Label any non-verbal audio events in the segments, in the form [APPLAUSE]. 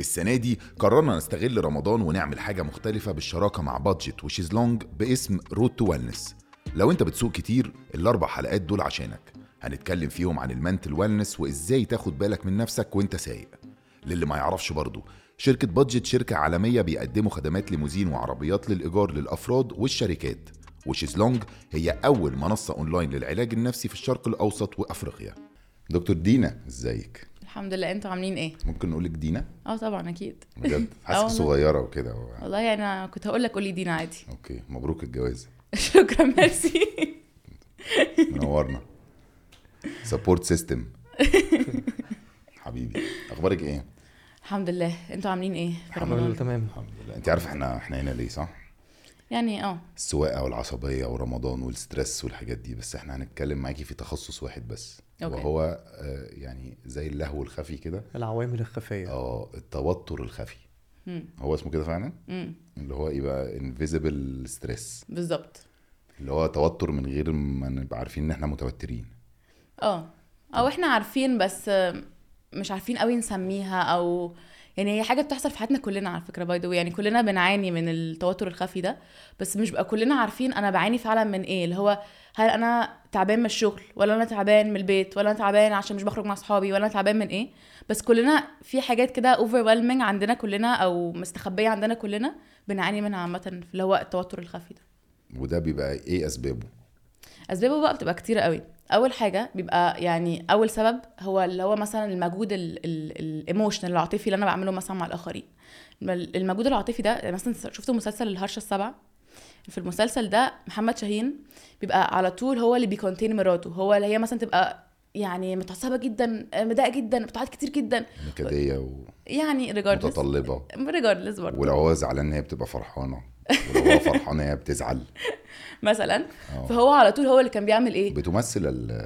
السنة دي قررنا نستغل رمضان ونعمل حاجة مختلفة بالشراكة مع بادجت وشيزلونج باسم رود تو ويلنس لو انت بتسوق كتير الاربع حلقات دول عشانك هنتكلم فيهم عن المنتل ويلنس وازاي تاخد بالك من نفسك وانت سايق للي ما يعرفش برضه شركة بادجت شركة عالمية بيقدموا خدمات ليموزين وعربيات للإيجار للأفراد والشركات وشيزلونج هي أول منصة أونلاين للعلاج النفسي في الشرق الأوسط وأفريقيا دكتور دينا ازيك؟ الحمد لله انتوا عاملين ايه ممكن نقولك دينا؟ اه طبعا اكيد [LAUGHS] بجد آه حاسك والله. صغيرة وكده و- والله انا كنت هقول لك قولي دينا عادي [LAUGHS] اوكي مبروك الجواز شكرا ميرسي [LAUGHS] منورنا سبورت [LAUGHS] سيستم حبيبي اخبارك ايه؟ الحمد لله انتوا عاملين ايه في الحمد الحمد لله رمضان تمام الحمد لله انت عارف احنا احنا هنا ليه صح؟ يعني اه السواقه والعصبيه ورمضان والستريس والحاجات دي بس احنا هنتكلم معاكي في تخصص واحد بس أوكي. وهو آه، يعني زي اللهو الخفي كده العوامل الخفيه اه التوتر الخفي مم. هو اسمه كده فعلا مم. اللي هو ايه بقى انفيزبل ستريس بالظبط اللي هو توتر من غير ما نبقى عارفين ان احنا متوترين اه او احنا عارفين بس آه، مش عارفين قوي نسميها او يعني هي حاجه بتحصل في حياتنا كلنا على فكره باي يعني كلنا بنعاني من التوتر الخفي ده بس مش بقى كلنا عارفين انا بعاني فعلا من ايه اللي هو هل انا تعبان من الشغل ولا انا تعبان من البيت ولا انا تعبان عشان مش بخرج مع اصحابي ولا انا تعبان من ايه بس كلنا في حاجات كده اوفرwhelming عندنا كلنا او مستخبيه عندنا كلنا بنعاني منها عامه اللي هو التوتر الخفي ده وده بيبقى ايه اسبابه اسبابه بقى بتبقى كتيره قوي اول حاجه بيبقى يعني اول سبب هو اللي هو مثلا المجهود الايموشنال العاطفي اللي انا بعمله مثلا مع الاخرين بل- المجهود العاطفي ده مثلا شفتوا مسلسل الهرشه السبعه في المسلسل ده محمد شاهين بيبقى على طول هو اللي بيكونتين مراته هو اللي هي مثلا تبقى يعني متعصبه جدا مضايقه جدا بتعيط كتير جدا نكديه يعني ريجاردلس ومتطلبه ريجاردلس برضه ولو هو زعلان هي بتبقى فرحانه ولو هو فرحان هي بتزعل مثلا آه. اه فهو على طول هو اللي كان بيعمل ايه بتمثل ال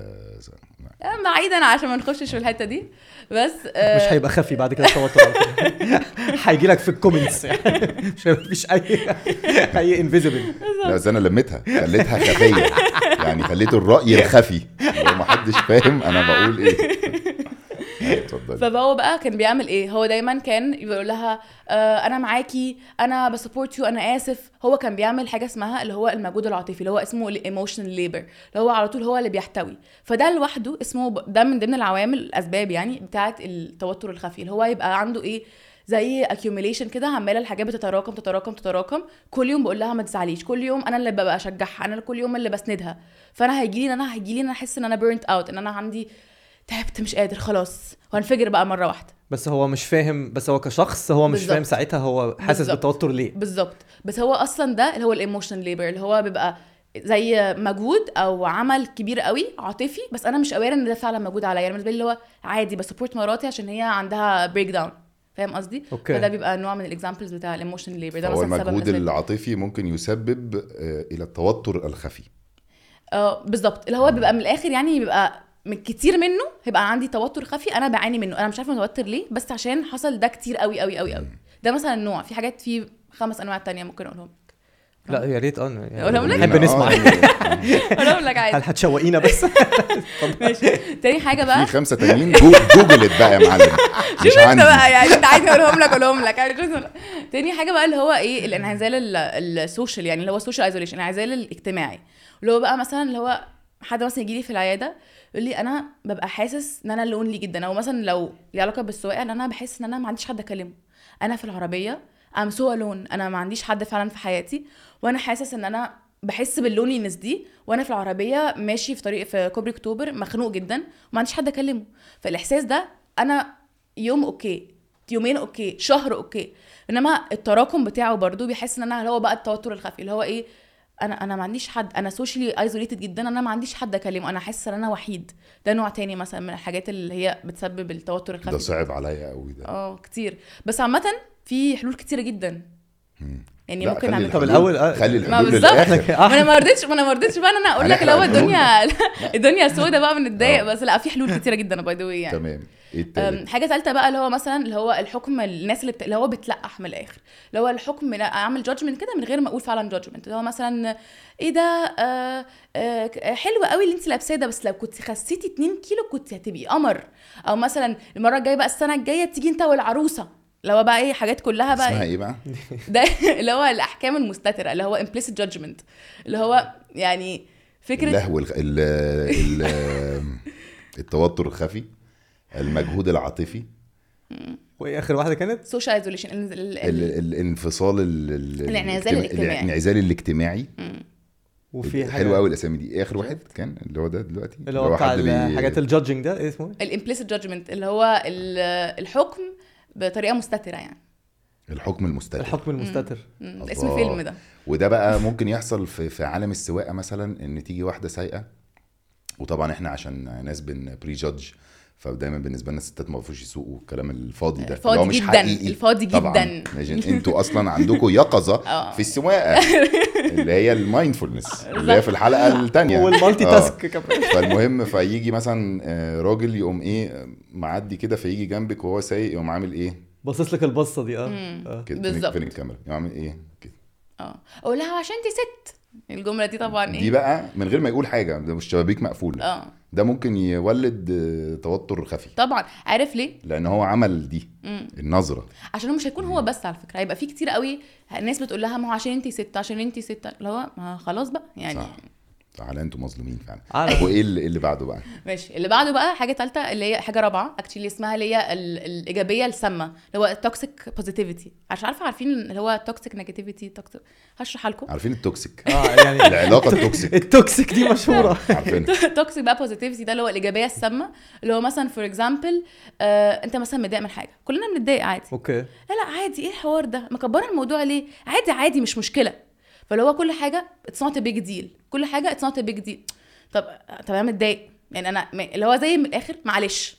بعيدا عشان ما نخشش في الحته دي بس آه، مش هيبقى خفي بعد كده التوتر على فكرة. [LAUGHS] هيجي لك في الكومنتس [LAUGHS] يعني مش هيبقى فيش اي [LAUGHS] اي انفيزبل لا بس انا لميتها خليتها [LAUGHS] خفيه يعني خليت الراي الخفي لو ما حدش فاهم انا بقول [LAUGHS] ايه أيوة، اتفضلي فهو بقى كان بيعمل ايه هو دايما كان بيقول لها آه انا معاكي انا بسبورت يو انا اسف هو كان بيعمل حاجه اسمها اللي هو المجهود العاطفي اللي هو اسمه الايموشنال ليبر اللي هو على طول هو اللي بيحتوي فده لوحده اسمه ب- ده من ضمن العوامل الاسباب يعني بتاعه التوتر الخفي اللي هو يبقى عنده ايه زي accumulation كده عماله الحاجات بتتراكم تتراكم تتراكم كل يوم بقول لها ما تزعليش كل يوم انا اللي ببقى اشجعها انا كل يوم اللي بسندها فانا هيجي لي ان انا هيجي لي ان انا احس ان انا بيرنت اوت ان انا عندي تعبت مش قادر خلاص وهنفجر بقى مره واحده بس هو مش فاهم بس هو كشخص هو مش بالظبط. فاهم ساعتها هو حاسس بالظبط. بالتوتر ليه بالظبط بس هو اصلا ده اللي هو الايموشنال ليبر اللي هو بيبقى زي مجهود او عمل كبير قوي عاطفي بس انا مش اوير ان ده فعلا مجهود عليا يعني بالنسبه لي اللي هو عادي بسبورت مراتي عشان هي عندها بريك داون فاهم قصدي؟ أوكي. فده بيبقى نوع من الاكزامبلز بتاع الايموشنال ليبر ده هو مثلا سبب المجهود بالنسبة لي. العاطفي ممكن يسبب آه، الى التوتر الخفي اه بالظبط اللي هو بيبقى من الاخر يعني بيبقى من كتير منه هيبقى عندي توتر خفي انا بعاني منه انا مش عارفه متوتر ليه بس عشان حصل ده كتير قوي قوي قوي قوي ده مثلا نوع في حاجات في خمس انواع تانية ممكن اقولهم لا يا ريت اه أقولهم لك؟ يعني نحب آه، نسمع يعني اقولهم لك هل عادي هتشوقينا [LAUGHS] بس [LAUGHS] ماشي تاني حاجه بقى في خمسه تانيين جو- جوجلت بقى يا معلم مش [LAUGHS] شوف انت عندي بقى يعني انت عايز اقولهم لك اقولهم لك يعني شوف انت- تاني حاجه بقى اللي هو ايه الانعزال ال- السوشيال يعني اللي هو السوشيال ايزوليشن الانعزال الاجتماعي اللي هو بقى مثلا اللي هو حد مثلا يجي لي في العياده يقول لي انا ببقى حاسس ان انا لونلي جدا او مثلا لو ليه علاقه بالسواقه ان انا بحس ان انا ما عنديش حد اكلمه انا في العربيه ام سو الون انا ما عنديش حد فعلا في حياتي وانا حاسس ان انا بحس باللونلينس دي وانا في العربيه ماشي في طريق في كوبري اكتوبر مخنوق جدا وما عنديش حد اكلمه فالاحساس ده انا يوم اوكي يومين اوكي شهر اوكي انما التراكم بتاعه برضو بيحس ان انا اللي هو بقى التوتر الخفي اللي هو ايه انا انا ما عنديش حد انا سوشيالي ايزوليتد جدا انا ما عنديش حد اكلمه انا حاسه ان انا وحيد ده نوع تاني مثلا من الحاجات اللي هي بتسبب التوتر ده الخفي صعب عليا قوي ده اه كتير بس عامه في حلول كتير جدا مم. يعني لا، ممكن خلي نعمل طب الحلول- الأول، آه. خلي ما الحلول بالظبط. للاخر ما انا آه، ما رضيتش ما انا ما رضيتش بقى ان انا اقول لك اللي هو هنحرق الدنيا [LAUGHS] الدنيا سودة بقى بنتضايق بس لا في حلول كتيره جدا باي ذا واي يعني تمام ايه التالت أم، حاجه ثالثه بقى اللي هو مثلا اللي هو الحكم الناس اللي, بت... اللي هو بتلقح من الاخر اللي هو الحكم لا اعمل جادجمنت كده من غير ما اقول فعلا جادجمنت اللي هو مثلا ايه ده آه آه ك- حلو قوي اللي انت لابساه ده بس لو كنت خسيتي 2 كيلو كنت هتبقي قمر او مثلا المره الجايه بقى السنه الجايه تيجي انت والعروسه اللي هو بقى ايه حاجات كلها بقى اسمها ايه بقى؟ ده [LAUGHS] اللي هو الاحكام المستتره اللي هو implicit judgment اللي هو يعني فكره اللهو الغ... ال... ال... التوتر الخفي المجهود العاطفي وايه اخر واحده كانت؟ social isolation ال- ال- ال... ال- ال- الانفصال ال... ال- الانعزال الاجتماع- الاجتماعي. الانعزال الاجتماعي وفي حاجه حلو قوي الاسامي دي ايه اخر واحد كان اللي هو ده دلوقتي اللي هو بتاع حد بي- الحاجات الجادجنج ده ايه اسمه؟ ال- implicit judgment اللي هو ال- الحكم بطريقه مستتره يعني الحكم المستتر الحكم المستتر مم، الله. ده اسم فيلم ده وده بقى ممكن يحصل في في عالم السواقه مثلا ان تيجي واحده سايقه وطبعا احنا عشان ناس بن بري جادج فدايما بالنسبه لنا الستات ما بيعرفوش يسوقوا الكلام الفاضي ده الفاضي اللي هو مش جداً، حقيقي. الفاضي طبعاً. جداً. عشان انتوا اصلا عندكم يقظه [LAUGHS] آه. في السواقه اللي هي المايندفولنس اللي هي في الحلقه الثانيه [LAUGHS] والمالتي آه. تاسك [LAUGHS] كمان فالمهم فيجي مثلا آه، راجل يقوم ايه معدي كده فيجي جنبك وهو سايق يقوم عامل ايه باصص لك البصه دي اه آه. كده بالظبط. فين الكاميرا يقوم عامل ايه كده اه اقول لها عشان دي ست الجمله دي طبعا دي ايه بقى من غير ما يقول حاجه ده مش شبابيك مقفوله اه ده ممكن يولد آه، توتر خفي طبعا عارف ليه لان هو عمل دي النظره عشان هو مش هيكون هو بس على فكره هيبقى في كتير قوي ناس بتقول لها ما هو عشان انت ست عشان انت ست اللي هو ما خلاص بقى يعني صح تعالى انتوا مظلومين فعلا على- طب وايه اللي, اللي بعده بقى ماشي اللي بعده بقى حاجه ثالثه اللي هي حاجه رابعه اكشلي اسمها اللي هي ال- الايجابيه السامه اللي هو توكسيك بوزيتيفيتي عشان عارفه عارفين اللي هو توكسيك نيجاتيفيتي توكسيك هشرح لكم [LAUGHS] عارفين [LAUGHS] التوكسيك اه [LAUGHS] يعني العلاقه التوكسيك التوكسيك [LAUGHS] دي مشهوره عارفينها توكسيك بقى بوزيتيفيتي ده اللي هو الايجابيه السامه اللي هو مثلا فور اكزامبل انت مثلا آه، متضايق من حاجه كلنا بنتضايق عادي اوكي لا لا عادي ايه الحوار ده مكبره الموضوع ليه عادي عادي مش مشكله فاللي هو كل حاجه اتس نوت بيج ديل كل حاجه اتس نوت بيج ديل طب طب انا متضايق يعني انا م- اللي هو زي من الاخر معلش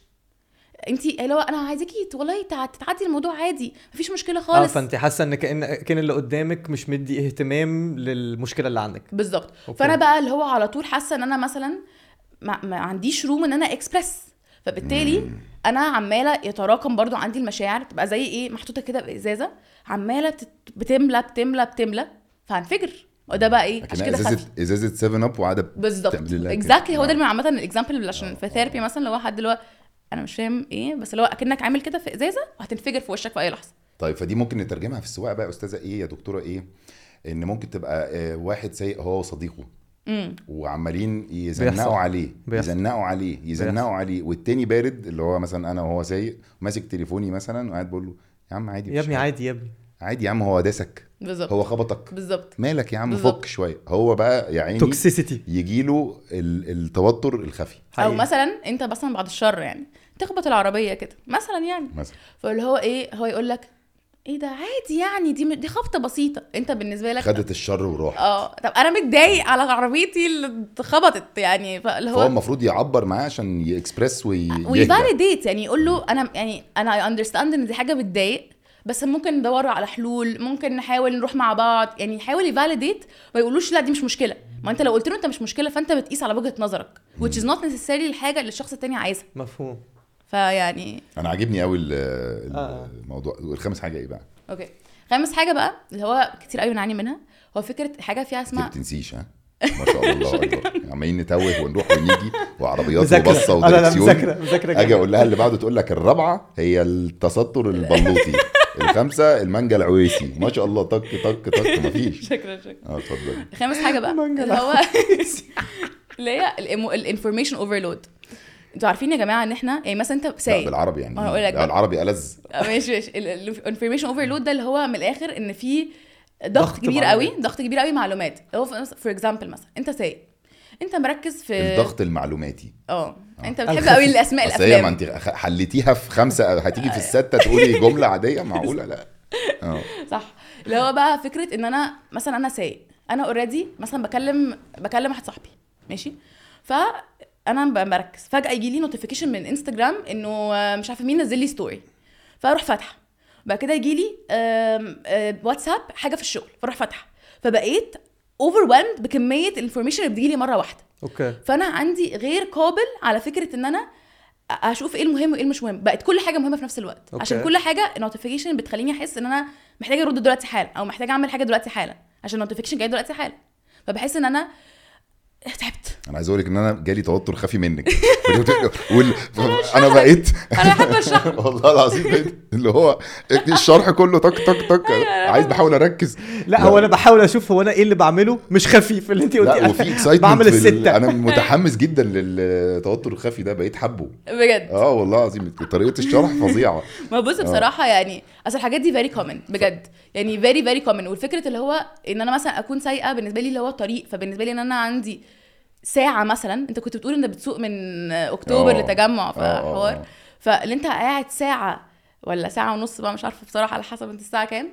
انت اللي هو انا عايزاكي ت- والله تع- تتعدي الموضوع عادي مفيش مشكله اه خالص فانت حاسه ان كان كان اللي قدامك مش مدي اهتمام للمشكله اللي عندك بالظبط أوكي. فانا بقى اللي هو على طول حاسه ان انا مثلا ما, ما عنديش روم ان انا اكسبرس فبالتالي انا عماله يتراكم برضو عندي المشاعر بتبقى زي ايه محطوطه كده بازازه عماله بتت- بتملى بتملى بتملى فهنفجر وده بقى ايه عشان لكنها كده خفي. ازازه ازازه 7 اب وقاعده بالظبط تعمل لها كده. اكزاكتلي هو ده آه. اللي عامه الاكزامبل اللي عشان في ثيرابي مثلا لو حد اللي هو انا مش فاهم ايه بس اللي هو اكنك عامل كده في ازازه وهتنفجر في وشك في اي لحظه طيب فدي ممكن نترجمها في السواقه بقى يا استاذه ايه يا دكتوره ايه ان ممكن تبقى آه، واحد سايق هو وصديقه امم وعمالين بيحصل. يزنقوا عليه بيحصل. يزنقوا عليه بيحصل. يزنقوا عليه والتاني بارد اللي هو مثلا انا وهو سايق ماسك تليفوني مثلا وقاعد بقول له يا عم عادي يا مفيش ابني حاجة. عادي يا ابني عادي يا عم هو داسك بالظبط هو خبطك بالظبط مالك يا عم بالظبط. فك شويه هو بقى يا عيني توكسيسيتي يجي له التوتر الخفي او حقيقي. مثلا انت مثلا بعد الشر يعني تخبط العربيه كده مثلا يعني مثلا فاللي هو ايه هو يقول لك ايه ده عادي يعني دي دي خبطه بسيطه انت بالنسبه لك خدت الشر وراح اه طب انا متضايق على عربيتي اللي اتخبطت يعني فاللي فهو هو المفروض يعبر معاه عشان يكسبرس ويهدى ويفاليديت يعني يقول له انا يعني انا اي اندرستاند ان دي حاجه بتضايق بس ممكن ندور على حلول ممكن نحاول نروح مع بعض يعني يحاول يفاليديت ما يقولوش لا دي مش مشكله ما انت لو قلت له انت مش مشكله فانت بتقيس على وجهه نظرك which is not necessarily الحاجه اللي الشخص التاني عايزها مفهوم فيعني انا عاجبني قوي آه. الموضوع والخامس حاجه ايه بقى اوكي خامس حاجه بقى اللي هو كتير قوي بنعاني منها هو فكره حاجه فيها انت ما اسمها بتنسيش ها ما شاء الله اكبر عمالين نتوه ونروح ونيجي وعربيات مذاكره وبصه انا آه، لا ودركسيون مذاكره مذاكره اجي جدا. اقول لها اللي بعده تقول لك الرابعه هي التستر [LAUGHS] البلوطي الخامسه المانجا العويسي ما شاء الله طك طك طك [LAUGHS] مفيش شكرا شكرا اه اتفضل خامس حاجه بقى المانجا اللي هو [LAUGHS] اللي هي الانفورميشن اوفرلود انتوا عارفين يا جماعه ان احنا يعني مثلا انت لا سايق بالعربي يعني ما أنا هقول لك لا، بقى. العربي ألذ آه، ماشي ماشي الانفورميشن اوفرلود ده اللي هو من الاخر ان في ضغط ضغط كبير معلومات. قوي ضغط كبير قوي معلومات هو فور اكزامبل مثلا انت سايق انت مركز في الضغط المعلوماتي اه انت الخفيف. بتحب قوي الاسماء بس هي ما الافلام انت خ- حليتيها في خمسه هتيجي في السته تقولي جمله عاديه معقوله لا اه صح اللي هو بقى فكره ان انا مثلا انا سايق انا اوريدي مثلا بكلم بكلم واحد صاحبي ماشي فانا ب- بركز فجاه يجي لي نوتيفيكيشن من انستجرام انه آه، مش عارفه مين نزل لي ستوري فاروح فاتحه بعد كده يجي لي آم، آه، واتساب حاجه في الشغل فاروح فاتحه فبقيت اوفر بكميه الانفورميشن اللي بتجي لي مره واحده اوكي فانا عندي غير قابل على فكره ان انا اشوف ايه المهم وايه مش مهم بقت كل حاجه مهمه في نفس الوقت أوكي. أوكي. عشان كل حاجه نوتيفيكيشن بتخليني احس ان انا محتاجه ارد دلوقتي حالا او محتاجه اعمل حاجه دلوقتي حالا عشان النوتيفيكيشن جاي دلوقتي حالا فبحس ان انا تعبت انا عايز اقول لك ان انا جالي توتر خفي منك [LAUGHS] وال... انا بقيت [LAUGHS] انا بحب اشرح والله العظيم بقيت اللي هو الشرح كله طك طك طك عايز بحاول اركز لا هو انا بحاول اشوف هو انا ايه اللي بعمله مش خفيف اللي انت لا قلتيه وفي اكسايتمنت بعمل الستة. انا متحمس جدا للتوتر الخفي ده بقيت حبه بجد اه والله العظيم طريقه الشرح فظيعه ما آه. بص بصراحه يعني اصل الحاجات دي فيري كومن بجد يعني فيري فيري كومن والفكره اللي هو ان انا مثلا اكون سايقه بالنسبه لي اللي هو طريق فبالنسبه لي ان انا عندي ساعه مثلا انت كنت بتقول انك بتسوق من اكتوبر آه. لتجمع آه، آه، آه. فحوار فاللي انت قاعد ساعه ولا ساعه ونص بقى مش عارفه بصراحه على حسب انت الساعه كام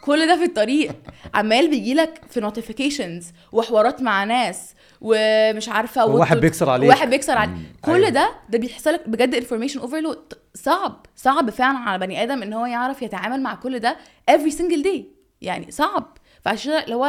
كل ده في الطريق عمال بيجيلك في نوتيفيكيشنز وحوارات مع ناس ومش عارفه وواحد وت- بيكسر عليك. واحد بيكسر عليك كل أيوة. ده ده بيحصل لك بجد انفورميشن اوفرلود صعب صعب فعلا على بني ادم ان هو يعرف يتعامل مع كل ده every single day يعني صعب فعشان كده لو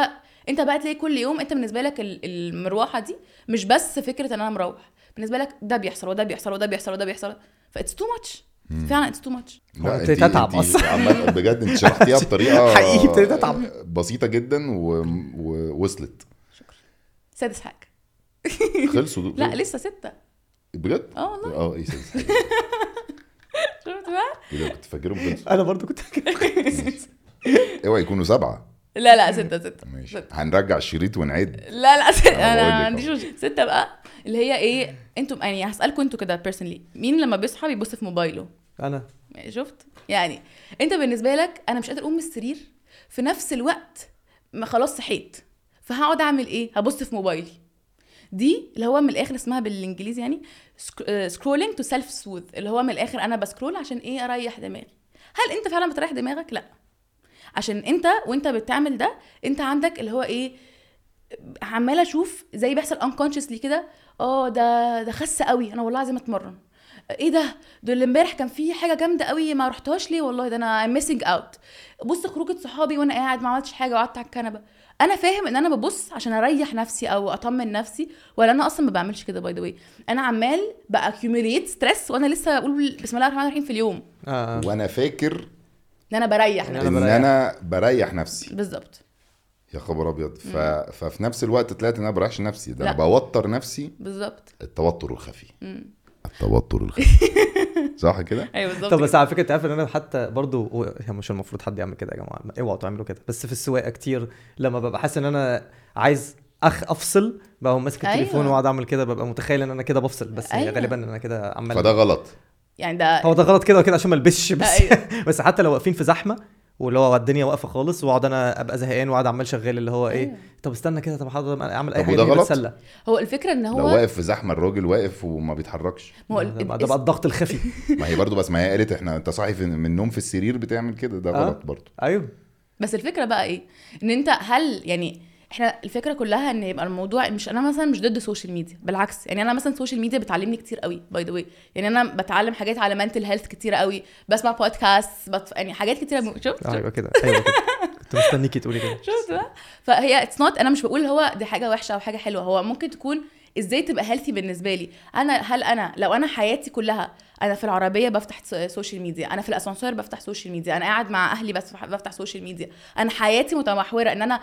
انت بقى تلاقي كل يوم انت بالنسبه لك ال- المروحه دي مش بس فكره ان انا مروح بالنسبه لك ده بيحصل وده بيحصل وده بيحصل وده بيحصل فاتس تو ماتش فعلا اتس تو ماتش هو لا أنت انت تتعب انت آه، أصلاً. عامة بجد انت [LAUGHS] شرحتيها بطريقه حقيقي ابتديت أتعب. بسيطه جدا و- ووصلت سادس حاجه خلصوا دول لا لسه سته بجد؟ اه والله اه ايه سادس حاجة؟ شفت بقى إيه ده، كنت فاكرهم خلصوا انا برضو كنت [LAUGHS] اوعى يكونوا سبعه لا لا سته سته ماشي سته هنرجع الشريط ونعد لا لا ست... أنا بقول انا لك ما عنديش مشكلة. سته بقى اللي هي ايه انتم يعني هسالكم انتوا كده بيرسونلي مين لما بيصحى بيبص في موبايله انا شفت يعني انت بالنسبه لك انا مش قادر اقوم من السرير في نفس الوقت ما خلاص صحيت فهقعد اعمل ايه هبص في موبايلي دي اللي هو من الاخر اسمها بالانجليزي يعني سكرولينج تو سيلف سوث اللي هو من الاخر انا بسكرول عشان ايه اريح دماغي هل انت فعلا بتريح دماغك لا عشان انت وانت بتعمل ده انت عندك اللي هو ايه عمال اشوف زي بيحصل انكونشسلي كده اه ده ده خس قوي انا والله عايزه اتمرن ايه ده ده اللي امبارح كان فيه حاجه جامده قوي ما رحتهاش ليه والله ده انا ميسنج اوت بص خروجه صحابي وانا قاعد ما عملتش حاجه وقعدت على الكنبه انا فاهم ان انا ببص عشان اريح نفسي او اطمن نفسي ولا انا اصلا ما بعملش كده باي ذا واي انا عمال باكيوميليت ستريس وانا لسه بقول بسم الله الرحمن الرحيم في اليوم آه. وانا فاكر ان انا بريح إن نفسي أنا ان بريح. انا بريح نفسي بالظبط يا خبر ابيض ف... ففي نفس الوقت طلعت ان انا بريحش نفسي ده انا لا. بوتر نفسي بالظبط التوتر الخفي مم. التوتر [LAUGHS] الخفي صح كده؟ ايوه بالظبط طب كده. بس على فكره انت عارف ان انا حتى برضو هو هي مش المفروض حد يعمل كده يا جماعه اوعوا تعملوا كده بس في السواقه كتير لما ببقى حاسس ان انا عايز اخ افصل بقوم ماسك أيوة. التليفون واقعد اعمل كده ببقى متخيل ان انا كده بفصل بس أيوة. أيوة. غالبا ان انا كده عمال فده غلط يعني ده هو ده غلط كده وكده عشان ما البسش بس أيوة. بس حتى لو واقفين في زحمه واللي هو الدنيا واقفه خالص واقعد انا ابقى زهقان واقعد عمال شغال اللي هو ايه أيوة. طب استنى كده طب حاضر اعمل اي طب حاجه وده تانية غلط؟ بتسلى هو الفكره ان هو لو واقف في زحمه الراجل واقف وما بيتحركش ما هو ده بقى ده بقى الضغط الخفي [LAUGHS] ما هي برضه بس ما هي قالت احنا انت صاحي في- من النوم في السرير بتعمل كده ده آه. غلط برضه ايوه بس الفكره بقى ايه ان انت هل يعني احنا الفكره كلها ان يبقى الموضوع مش انا مثلا مش ضد السوشيال ميديا بالعكس يعني انا مثلا السوشيال ميديا بتعلمني كتير قوي باي ذا واي يعني انا بتعلم حاجات على منتل هيلث كتير قوي بسمع بودكاست بط... يعني حاجات كتير م... شفت ايوه كده [LAUGHS] ايوه كده كنت مستنيكي تقولي كده شفت بقى فهي اتس نوت انا مش بقول هو دي حاجه وحشه او حاجه حلوه هو ممكن تكون ازاي تبقى هيلثي بالنسبه لي انا هل انا لو انا حياتي كلها انا في العربيه بفتح س- سوشيال ميديا انا في الاسانسير بفتح سوشيال ميديا انا قاعد مع اهلي بس بفتح سوشيال ميديا انا حياتي متمحوره ان انا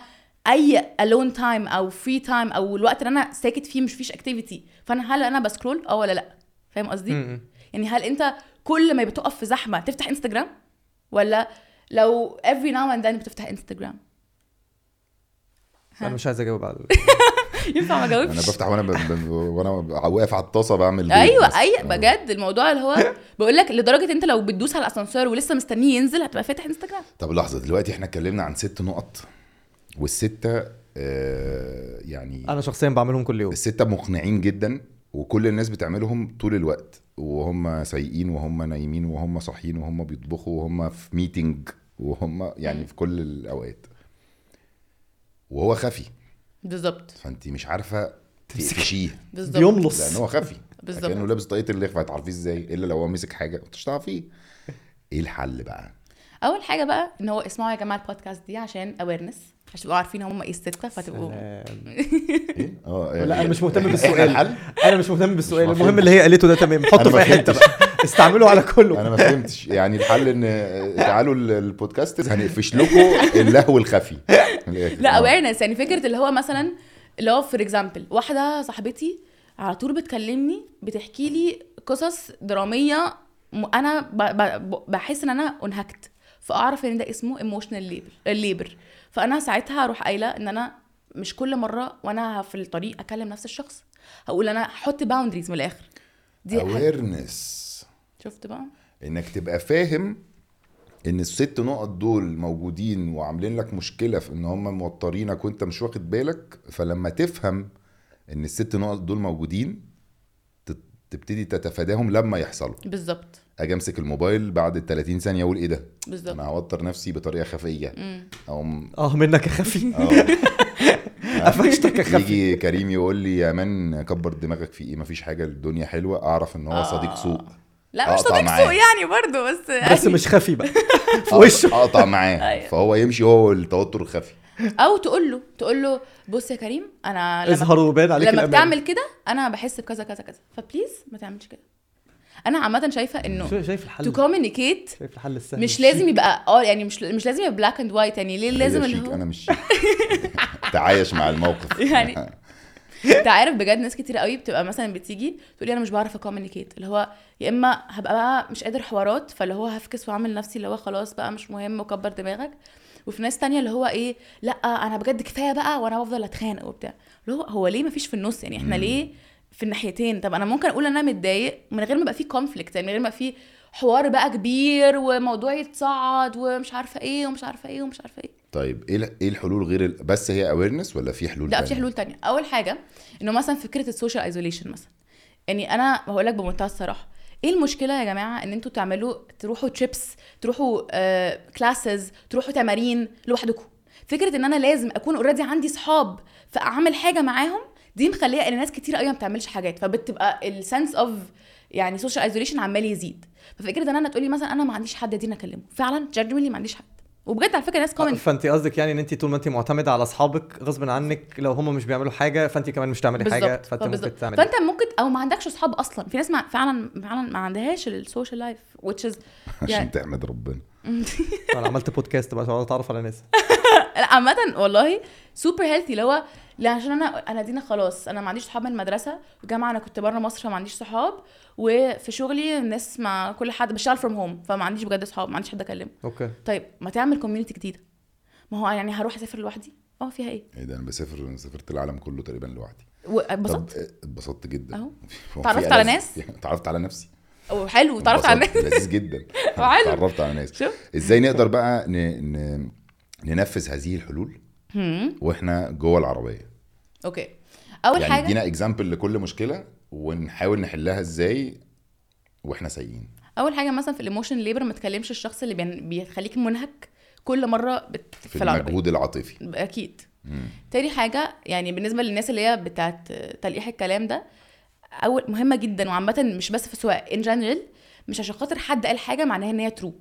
اي الون تايم او فري تايم او الوقت اللي انا ساكت فيه مش فيش اكتيفيتي فانا هل انا بسكرول اه ولا لا فاهم قصدي م- م. يعني هل انت كل ما بتقف في زحمه تفتح انستجرام ولا لو every now and then بتفتح انستجرام ها. انا مش عايز اجاوب على ينفع ما انا اجاوبش بفتح وانا ب... ب... وانا واقف على الطاسه بعمل بيض ايوه مثلاً. اي آه. بجد الموضوع اللي هو بقول لك لدرجه انت لو بتدوس على الاسانسير ولسه مستنيه ينزل هتبقى فاتح انستجرام طب لحظه دلوقتي احنا اتكلمنا عن ست نقط والسته آه يعني انا شخصيا بعملهم كل يوم الستة مقنعين جدا وكل الناس بتعملهم طول الوقت وهم سايقين وهم نايمين وهم صاحيين وهم بيطبخوا وهم في ميتنج وهم يعني في كل الأوقات وهو خفي بالظبط فانت مش عارفه تمسك. تقفشيه بالظبط لان بيملص هو خفي بالظبط. كانه لابس طاقيه اللخفه هتعرفيه ازاي الا لو هو مسك حاجه مش هتعرفيه ايه الحل بقى؟ اول حاجه بقى ان هو اسمعوا يا جماعه البودكاست دي عشان اويرنس عشان تبقوا عارفين هم ايه السته فتبقوا سلام. ايه؟ اه لا انا [LAUGHS] مش مهتم إحنا بالسؤال الحل؟ انا مش مهتم بالسؤال مفهوم. المهم اللي هي قالته ده تمام حطه أنا في ما اي حته فهمتش. بقى استعمله على انا كله ما فهمتش يعني الحل ان تعالوا ال- [LAUGHS] البودكاست هنقفش لكم اللهو الخفي آه. لا اويرنس يعني فكره اللي هو مثلا اللي هو فور اكزامبل واحده صاحبتي على طول بتكلمني بتحكي لي قصص دراميه م- انا ب- ب- بحس ان انا انهكت فاعرف ان ده اسمه ايموشنال ليبر الليبر فانا ساعتها اروح قايله ان انا مش كل مره وانا في الطريق اكلم نفس الشخص هقول انا هحط باوندريز من الاخر دي حاجة. اويرنس شفت بقى انك تبقى فاهم ان الست نقط دول موجودين وعاملين لك مشكله في ان هم موترينك وانت مش واخد بالك فلما تفهم ان الست نقط دول موجودين تت- تبتدي تتفاداهم لما يحصلوا بالظبط اجي امسك الموبايل بعد ال 30 ثانيه اقول ايه ده بالظبط انا هوتر نفسي بطريقه خفيه مم. او اه منك يا خفي [LAUGHS] قفشتك يا خفي يجي كريم يقول لي يا مان كبر دماغك في ايه مفيش حاجه الدنيا حلوه اعرف ان هو صديق آه. سوء لا مش أقطع صديق معاه. سوء يعني برضه بس بس [LAUGHS] مش خفي بقى في وشه اقطع معاه أيوة. فهو يمشي هو التوتر الخفي او تقول له تقول له بص يا كريم انا لما اظهر وبان عليك لما الأمان. بتعمل كده انا بحس بكذا كذا كذا فبليز ما تعملش كده انا عامه شايفه انه شو- شايف الحل تو كوميونيكيت شايف الحل السهل آه، مش لازم يبقى اه يعني مش مش لازم يبقى بلاك اند وايت يعني ليه لازم هي اللي شيك، هو انا [LAUGHS] مش شيك. تعايش مع الموقف يعني- انت عارف بجد ناس كتير قوي بتبقى مثلا بتيجي تقول لي انا مش بعرف اكوميونيكيت اللي هو يا اما هبقى بقى مش قادر حوارات فاللي هو هفكس واعمل نفسي اللي هو خلاص بقى مش مهم وكبر دماغك وفي ناس تانية اللي هو ايه لا انا بجد كفايه بقى وانا بفضل اتخانق وبتاع اللي هو هو ليه مفيش في النص يعني احنا مم. ليه في الناحيتين طب انا ممكن اقول انا متضايق من غير ما يبقى في كونفليكت يعني من غير ما في حوار بقى كبير وموضوع يتصعد ومش عارفه ايه ومش عارفه ايه ومش عارفه ايه طيب ايه ال- ايه الحلول غير ال... بس هي اويرنس ولا في حلول لا تانية؟ في حلول تانية اول حاجه انه مثلا فكره السوشيال ايزوليشن مثلا يعني انا هقول لك بمنتهى الصراحه ايه المشكله يا جماعه ان انتوا تعملوا تروحوا تريبس تروحوا كلاسز تروحوا تمارين لوحدكم فكره ان انا لازم اكون اوريدي عندي صحاب فاعمل حاجه معاهم دي مخليه ان ناس كتير قوي ما بتعملش حاجات فبتبقى السنس اوف يعني سوشيال ايزوليشن عمال يزيد ففكره ان انا تقولي مثلا انا ما عنديش حد اديني اكلمه فعلا جنرالي ما عنديش حد وبجد على فكره ناس كومنت فانت قصدك يعني ان انت طول ما انت معتمده على اصحابك غصب عنك لو هم مش بيعملوا حاجه فانت كمان مش تعملي حاجه بالظبط، فانت آه، ممكن بالظبط. تعملي إيه؟ فانت ممكن او ما عندكش اصحاب اصلا في ناس ما فعلا فعلا ما عندهاش السوشيال لايف which is [LAUGHS] يعني عشان تحمد ربنا انا عملت بودكاست بقى عشان اتعرف على ناس لا، عامه والله سوبر هيلثي اللي هو لا عشان انا انا دينا خلاص انا ما عنديش صحاب من المدرسه الجامعه انا كنت بره مصر فما عنديش صحاب وفي شغلي الناس ما كل حد بشتغل فروم هوم فما عنديش بجد صحاب ما عنديش حد اكلمه اوكي طيب ما تعمل كوميونتي جديده ما هو يعني هروح اسافر لوحدي اه فيها ايه ايه ده انا بسافر سافرت العالم كله تقريبا لوحدي واتبسطت طب، آه، اتبسطت جدا أهو. هو [LAUGHS] في تعرفت على ألذ؟ ناس؟ [LAUGHS] اتعرفت على نفسي وحلو تعرفت على انبسطت، الناس [LAUGHS] لذيذ جدا وحلو. اتعرفت على ناس شوف ازاي نقدر بقى ن... ن... ننفذ هذه الحلول هم، واحنا جوه العربيه اوكي اول يعني حاجه ادينا اكزامبل لكل مشكله ونحاول نحلها ازاي واحنا سايقين اول حاجه مثلا في الايموشن ليبر ما تكلمش الشخص اللي بين- بيخليك منهك كل مره بت... في المجهود العاطفي العربية. اكيد مم. تاني حاجه يعني بالنسبه للناس اللي هي بتاعت تلقيح الكلام ده اول مهمه جدا وعامه مش بس في السواق ان جنرال مش عشان خاطر حد قال حاجه معناها ان هي ترو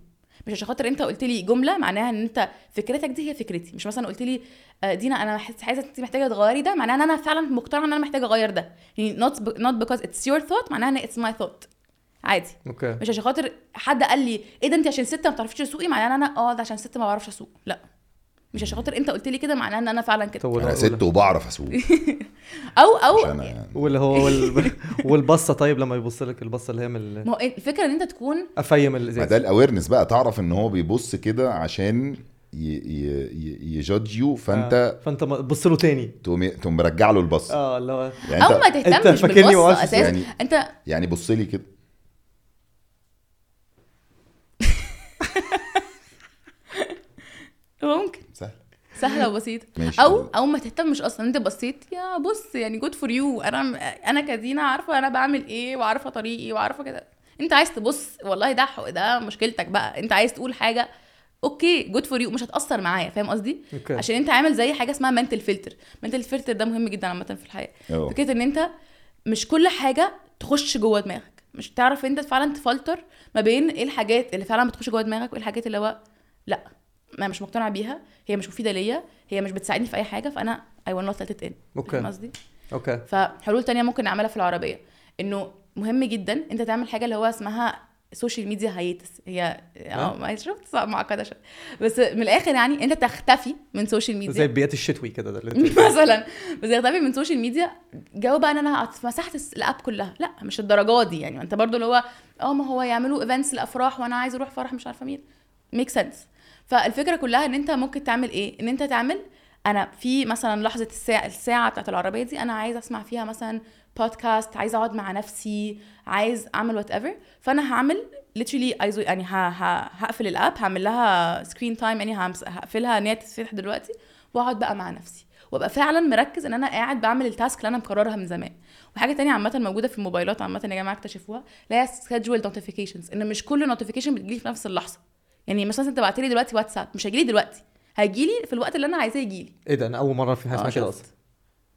مش عشان خاطر انت قلت لي جمله معناها ان انت فكرتك دي هي فكرتي مش مثلا قلت لي آه، دينا انا حاسس- حاسه انت محتاجه تغيري ده معناها ان انا فعلا مقتنعه ان انا محتاجه اغير ده يعني not be- not because it's your thought معناها ان it's my thought عادي اوكي مش عشان خاطر حد قال لي ايه ده انت عشان ست ما بتعرفيش تسوقي معناه ان انا اه ده عشان ست ما بعرفش اسوق لا مش عشان خاطر انت قلت لي كده معناه ان انا فعلا كده طب انا وال- ست وبعرف [LAUGHS] اسوق او مش او انا واللي هو [LAUGHS] وال... والبصه طيب لما يبص لك البصه اللي هي من ال- ما هو الفكره ان انت تكون افيم ما ده الازاز الاويرنس بقى تعرف ان هو بيبص كده عشان ي... ي... ي... يجادج يو فانت آه، فانت ما- بص له تاني تقوم تقوم مرجع له البص اه اللي هو يعني او انت ما تهتمش فاكرني ما بعرفش بالبصه اسوق. اساسا يعني... يعني- انت يعني بص لي كده ممكن سهل سهله وبسيطه ماشي او او ما تهتمش اصلا انت بصيت يا بص يعني جود فور يو انا انا كدينا عارفه انا بعمل ايه وعارفه طريقي وعارفه كده انت عايز تبص والله ده حق- ده مشكلتك بقى انت عايز تقول حاجه اوكي جود فور يو مش هتاثر معايا فاهم قصدي أوكي. عشان انت عامل زي حاجه اسمها منتل فلتر منتل فلتر ده مهم جدا عامه في الحياه أهو. فكره ان انت مش كل حاجه تخش جوه دماغك مش تعرف انت فعلا تفلتر ما بين ايه الحاجات اللي فعلا بتخش جوه دماغك وايه الحاجات اللي هو لا انا مش مقتنع بيها هي مش مفيده ليا هي مش بتساعدني في اي حاجه فانا اي ويل نوت ليت ات ان فاهم اوكي قصدي اوكي فحلول تانية ممكن نعملها في العربيه انه مهم جدا انت تعمل حاجه اللي هو اسمها السوشيال ميديا هيتس هي اه ما شفت صعب معقده شويه بس من الاخر يعني انت تختفي من سوشيال زي ميديا البيات الشتوي كده ده اللي انت- [LAUGHS] مثلا بس تختفي من سوشيال ميديا جاوب بقى ان انا هت- مسحت الس- الاب كلها لا مش الدرجه دي يعني ما انت برضو اللي هو اه ما هو يعملوا ايفنتس لافراح وانا عايز اروح فرح مش عارفه مين ميك سنس فالفكره كلها ان انت ممكن تعمل ايه ان انت تعمل انا في مثلا لحظه الساعه الساعه بتاعت العربيه دي انا عايز اسمع فيها مثلا بودكاست عايز اقعد مع نفسي عايز اعمل وات ايفر فانا هعمل literally عايزه يعني ه- ه- هقفل الاب هعمل لها سكرين تايم يعني همس- هقفلها ان هي تتفتح دلوقتي واقعد بقى مع نفسي وابقى فعلا مركز ان انا قاعد بعمل التاسك اللي انا مقررها من زمان وحاجه تانية عامه موجوده في الموبايلات عامه يا جماعه اكتشفوها اللي هي scheduled notifications ان مش كل نوتيفيكيشن بتجيلي في نفس اللحظه يعني مثلا انت بعت لي دلوقتي واتساب مش هيجيلي دلوقتي هيجيلي في الوقت اللي انا عايزاه يجيلي ايه ده انا اول مره في حاجه آه، اسمها كده شفت. اصلا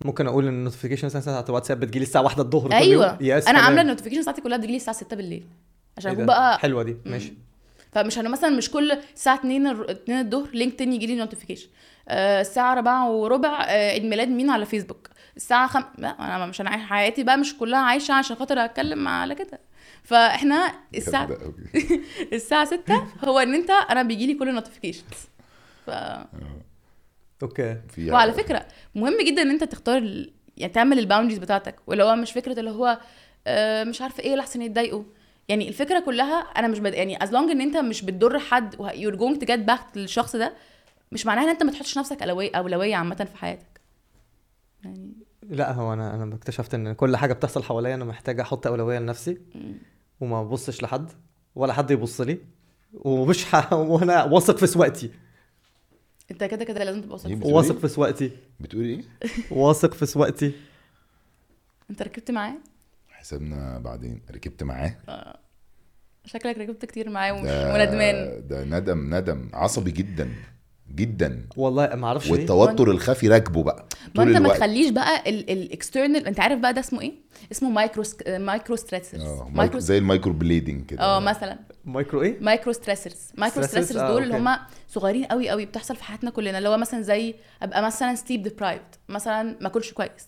ممكن اقول ان النوتيفيكيشن مثلا بتاعت واتساب بتجيلي الساعه 1 الظهر كل ايوه يوم. يس انا تمام. عامله النوتيفيكيشن بتاعتي كلها بتجيلي الساعه 6 بالليل عشان إيه اكون ده؟ بقى حلوه دي ماشي فمش انا مثلا مش كل الساعه 2 الر- 2 الظهر لينكدين يجي لي نوتيفيكيشن آه، الساعه 4 وربع آه، عيد ميلاد مين على فيسبوك الساعه 5 لا انا مش انا عايش- حياتي بقى مش كلها عايشه عشان خاطر اتكلم على كده فاحنا الساعه جامدة أوي. الساعه 6 هو ان انت انا بيجي لي كل النوتيفيكيشنز ف... اوكي في وعلى فكره مهم جدا ان انت تختار ال- يعني تعمل الباوندريز بتاعتك واللي هو مش فكره اللي هو آه، مش عارفه ايه لحسن يتضايقوا يعني الفكره كلها انا مش بد... يعني از لونج ان انت مش بتضر حد يور جوينج تو جيت باك للشخص ده مش معناها ان انت ما تحطش نفسك اولويه اولويه عامه في حياتك يعني لا هو انا انا اكتشفت ان كل حاجه بتحصل حواليا انا محتاج احط اولويه لنفسي مم. وما ابصش لحد ولا حد يبص لي ومش ح... [LAUGHS] وانا واثق في سواقتي انت كده كده لازم تبقى واثق يبقى- فيك. بتقولي؟ واثق في سواقتي بتقولي ايه؟ واثق في سواقتي انت ركبت معاه حسابنا بعدين ركبت معاه شكلك ركبت كتير معاه ومش ده- وندمان ده ندم ندم عصبي جدا جدا والله ما اعرفش ليه والتوتر الخفي راكبه بقى ما طول انت ما الوقت تخليش بقى الاكسترنال انت عارف بقى ده اسمه ايه اسمه آه، مايكرو مايكرو ستريسرز آه، مايكرو زي المايكرو بليدنج كده اه مثلا مايكرو ايه مايكرو ستريسرز مايكرو Stressors؟ ستريسرز آه، دول اللي أوكي. هم صغيرين قوي قوي بتحصل في حياتنا كلنا اللي هو مثلا زي ابقى مثلا ستيب ديبرايفد مثلا ما اكلش كويس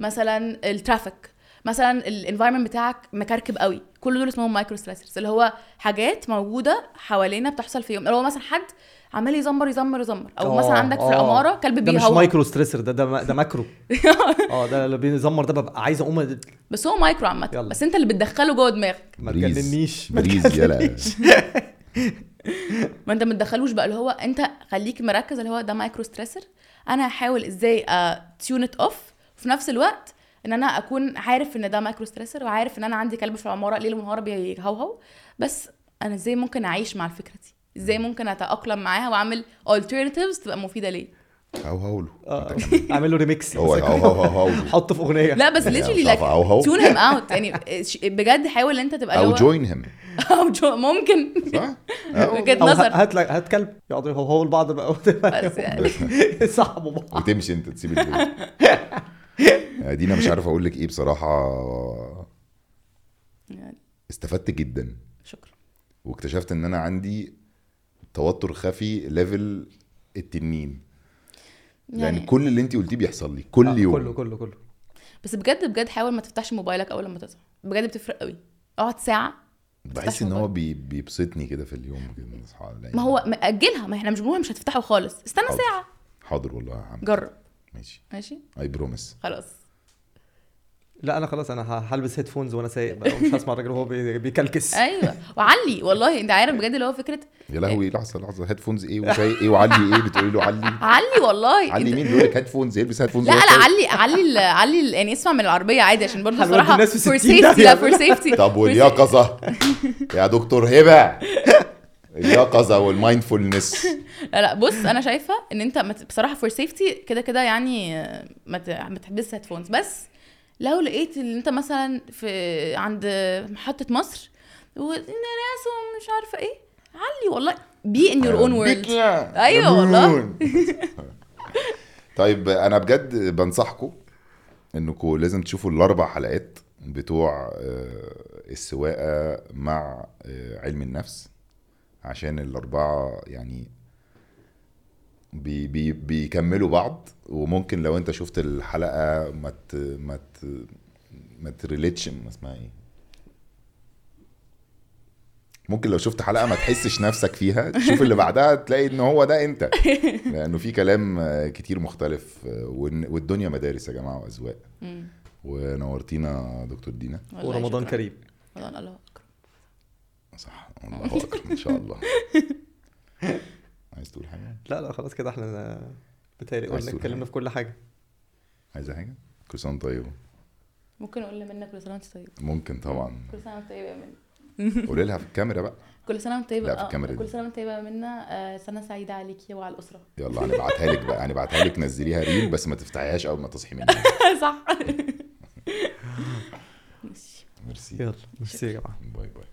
مثلا الترافيك مثلا الانفايرمنت بتاعك مكركب قوي كل دول اسمهم مايكرو ستريسرز اللي هو حاجات موجوده حوالينا بتحصل في يوم اللي هو مثلا حد عمال يزمر يزمر يزمر او مثلا آه، عندك في آه. العماره كلب ده مش بيهوى مايكرو ستريسر ده ده ما- ده ماكرو اه ده اللي بيزمر ده ببقى عايز اقوم أد- [LAUGHS] بس هو مايكرو عامه يلا. بس انت اللي بتدخله جوه دماغك ما بريز. تكلمنيش ما بريز يلا تكلمنيش. ما انت ما تدخلوش بقى اللي هو انت خليك مركز اللي هو ده مايكرو ستريسر انا هحاول ازاي آه، تيونت اوف وفي نفس الوقت ان انا اكون عارف ان ده مايكرو ستريسر وعارف ان انا عندي كلب في العماره ليل ونهار بيهوهو بس انا ازاي ممكن اعيش مع الفكره دي ازاي ممكن اتاقلم معاها واعمل alternatives تبقى مفيده ليا هاو هاوله آه، اعمل له [LAUGHS] ريميكس هو هاو هاو هاو هاو حطه في اغنيه لا [LAUGHS] بس يعني literally مش like عارفة هوهو. tune him out يعني بجد حاول ان انت تبقى او اللي هو- [LAUGHS] جوين هيم او جو ممكن [LAUGHS] صح؟ وجهة [LAUGHS] أو ه- نظر هات لك هات كلب يقعدوا هو هو لبعض بقى [LAUGHS] بس يعني. [LAUGHS] صاحبه بعض وتمشي انت تسيب [LAUGHS] البيت دينا مش عارف اقول لك ايه بصراحه يعني استفدت جدا شكرا واكتشفت ان انا عندي توتر خفي ليفل التنين يعني كل اللي انت قلتيه بيحصل لي كل يوم آه، كله كله كله بس بجد بجد حاول ما تفتحش موبايلك اول لما تصحى بجد بتفرق قوي اقعد ساعه بحس ان هو بي... بيبسطني كده في اليوم كده لما اصحى ألاقي- ما هو ما اجلها ما احنا مش بنقول مش هتفتحه خالص استنى حاضر. ساعه حاضر والله هعمل جرب ماشي ماشي اي بروميس خلاص لا انا خلاص انا ه- هلبس هيدفونز وانا سايق بقى ومش هسمع الراجل وهو بي- بيكلكس ايوه وعلي والله انت عارف بجد اللي هو فكره يا لهوي لحظه لحظه هيدفونز ايه وشاي ايه وعلي ايه بتقولي له علي علي والله علي انت- مين بيقول لك هيدفونز يلبس هيدفونز لا وهو لا شاي؟ علي علي ال- علي ال- يعني اسمع من العربيه عادي عشان برضه هنودي بصراحه الناس في فور 60 سيفتي لا داهية. فور سيفتي طب واليقظه يا دكتور [LAUGHS] هبه اليقظه والمايندفولنس لا لا بص انا شايفه ان انت مت... بصراحه فور سيفتي كده كده يعني آه، ما مت... تحبسش هيدفونز بس لو لقيت ان انت مثلا في عند محطه مصر وناس ومش عارفه ايه علي والله بي ان يور اون بيك يعني. وورلد يا- أيوة يا والله. بون. [LAUGHS] طيب انا بجد بنصحكم انكم لازم تشوفوا الاربع حلقات بتوع آه، السواقه مع آه، علم النفس عشان الاربعه يعني بي بي بيكملوا بعض وممكن لو انت شفت الحلقه ما ت ما ت إيه؟ ما تريليتش ما اسمها ايه ممكن لو شفت حلقه ما تحسش نفسك فيها تشوف اللي بعدها تلاقي ان هو ده انت لانه في كلام آه، كتير مختلف آه، وإن- والدنيا مدارس يا جماعه واذواق مم. ونورتينا دكتور دينا والله ورمضان شكراً. كريم رمضان الله اكبر صح الله اكبر ان شاء الله عايز تقول حاجه لا لا خلاص كده احنا بتهيألي عايز قلنا تقول اتكلمنا حاجة؟ في كل حاجه عايزه حاجه كل سنه وأنت طيب ممكن اقول لمنى كل سنه وانت طيب ممكن طبعا كل سنه وانت طيبه يا منى قولي لها في الكاميرا بقى كل سنه وانت طيبه لا، في آه، الكاميرا دي. كل سنه وانت طيبه يا منى آه، سنه سعيده عليكي وعلى [LAUGHS] الاسره يلا هنبعتها لك بقى هنبعتها لك نزليها ريل بس ما تفتحيهاش اول ما تصحي منها صح ماشي ميرسي يلا ميرسي يا جماعه باي باي